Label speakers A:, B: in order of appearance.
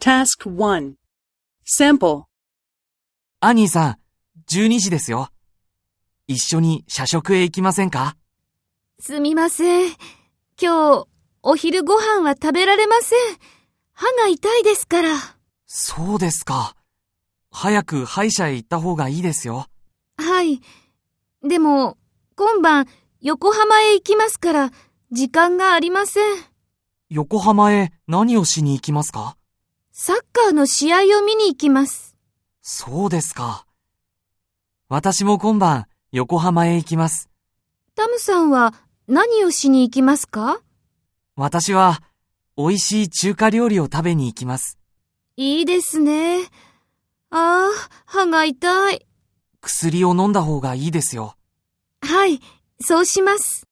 A: Task 1. Sample.
B: アニーさん、12時ですよ。一緒に社食へ行きませんか
C: すみません。今日、お昼ご飯は食べられません。歯が痛いですから。
B: そうですか。早く歯医者へ行った方がいいですよ。
C: はい。でも、今晩、横浜へ行きますから、時間がありません。
B: 横浜へ何をしに行きますか
C: サッカーの試合を見に行きます。
B: そうですか。私も今晩、横浜へ行きます。
C: タムさんは何をしに行きますか
B: 私は、美味しい中華料理を食べに行きます。
C: いいですね。ああ、歯が痛い。
B: 薬を飲んだ方がいいですよ。
C: はい、そうします。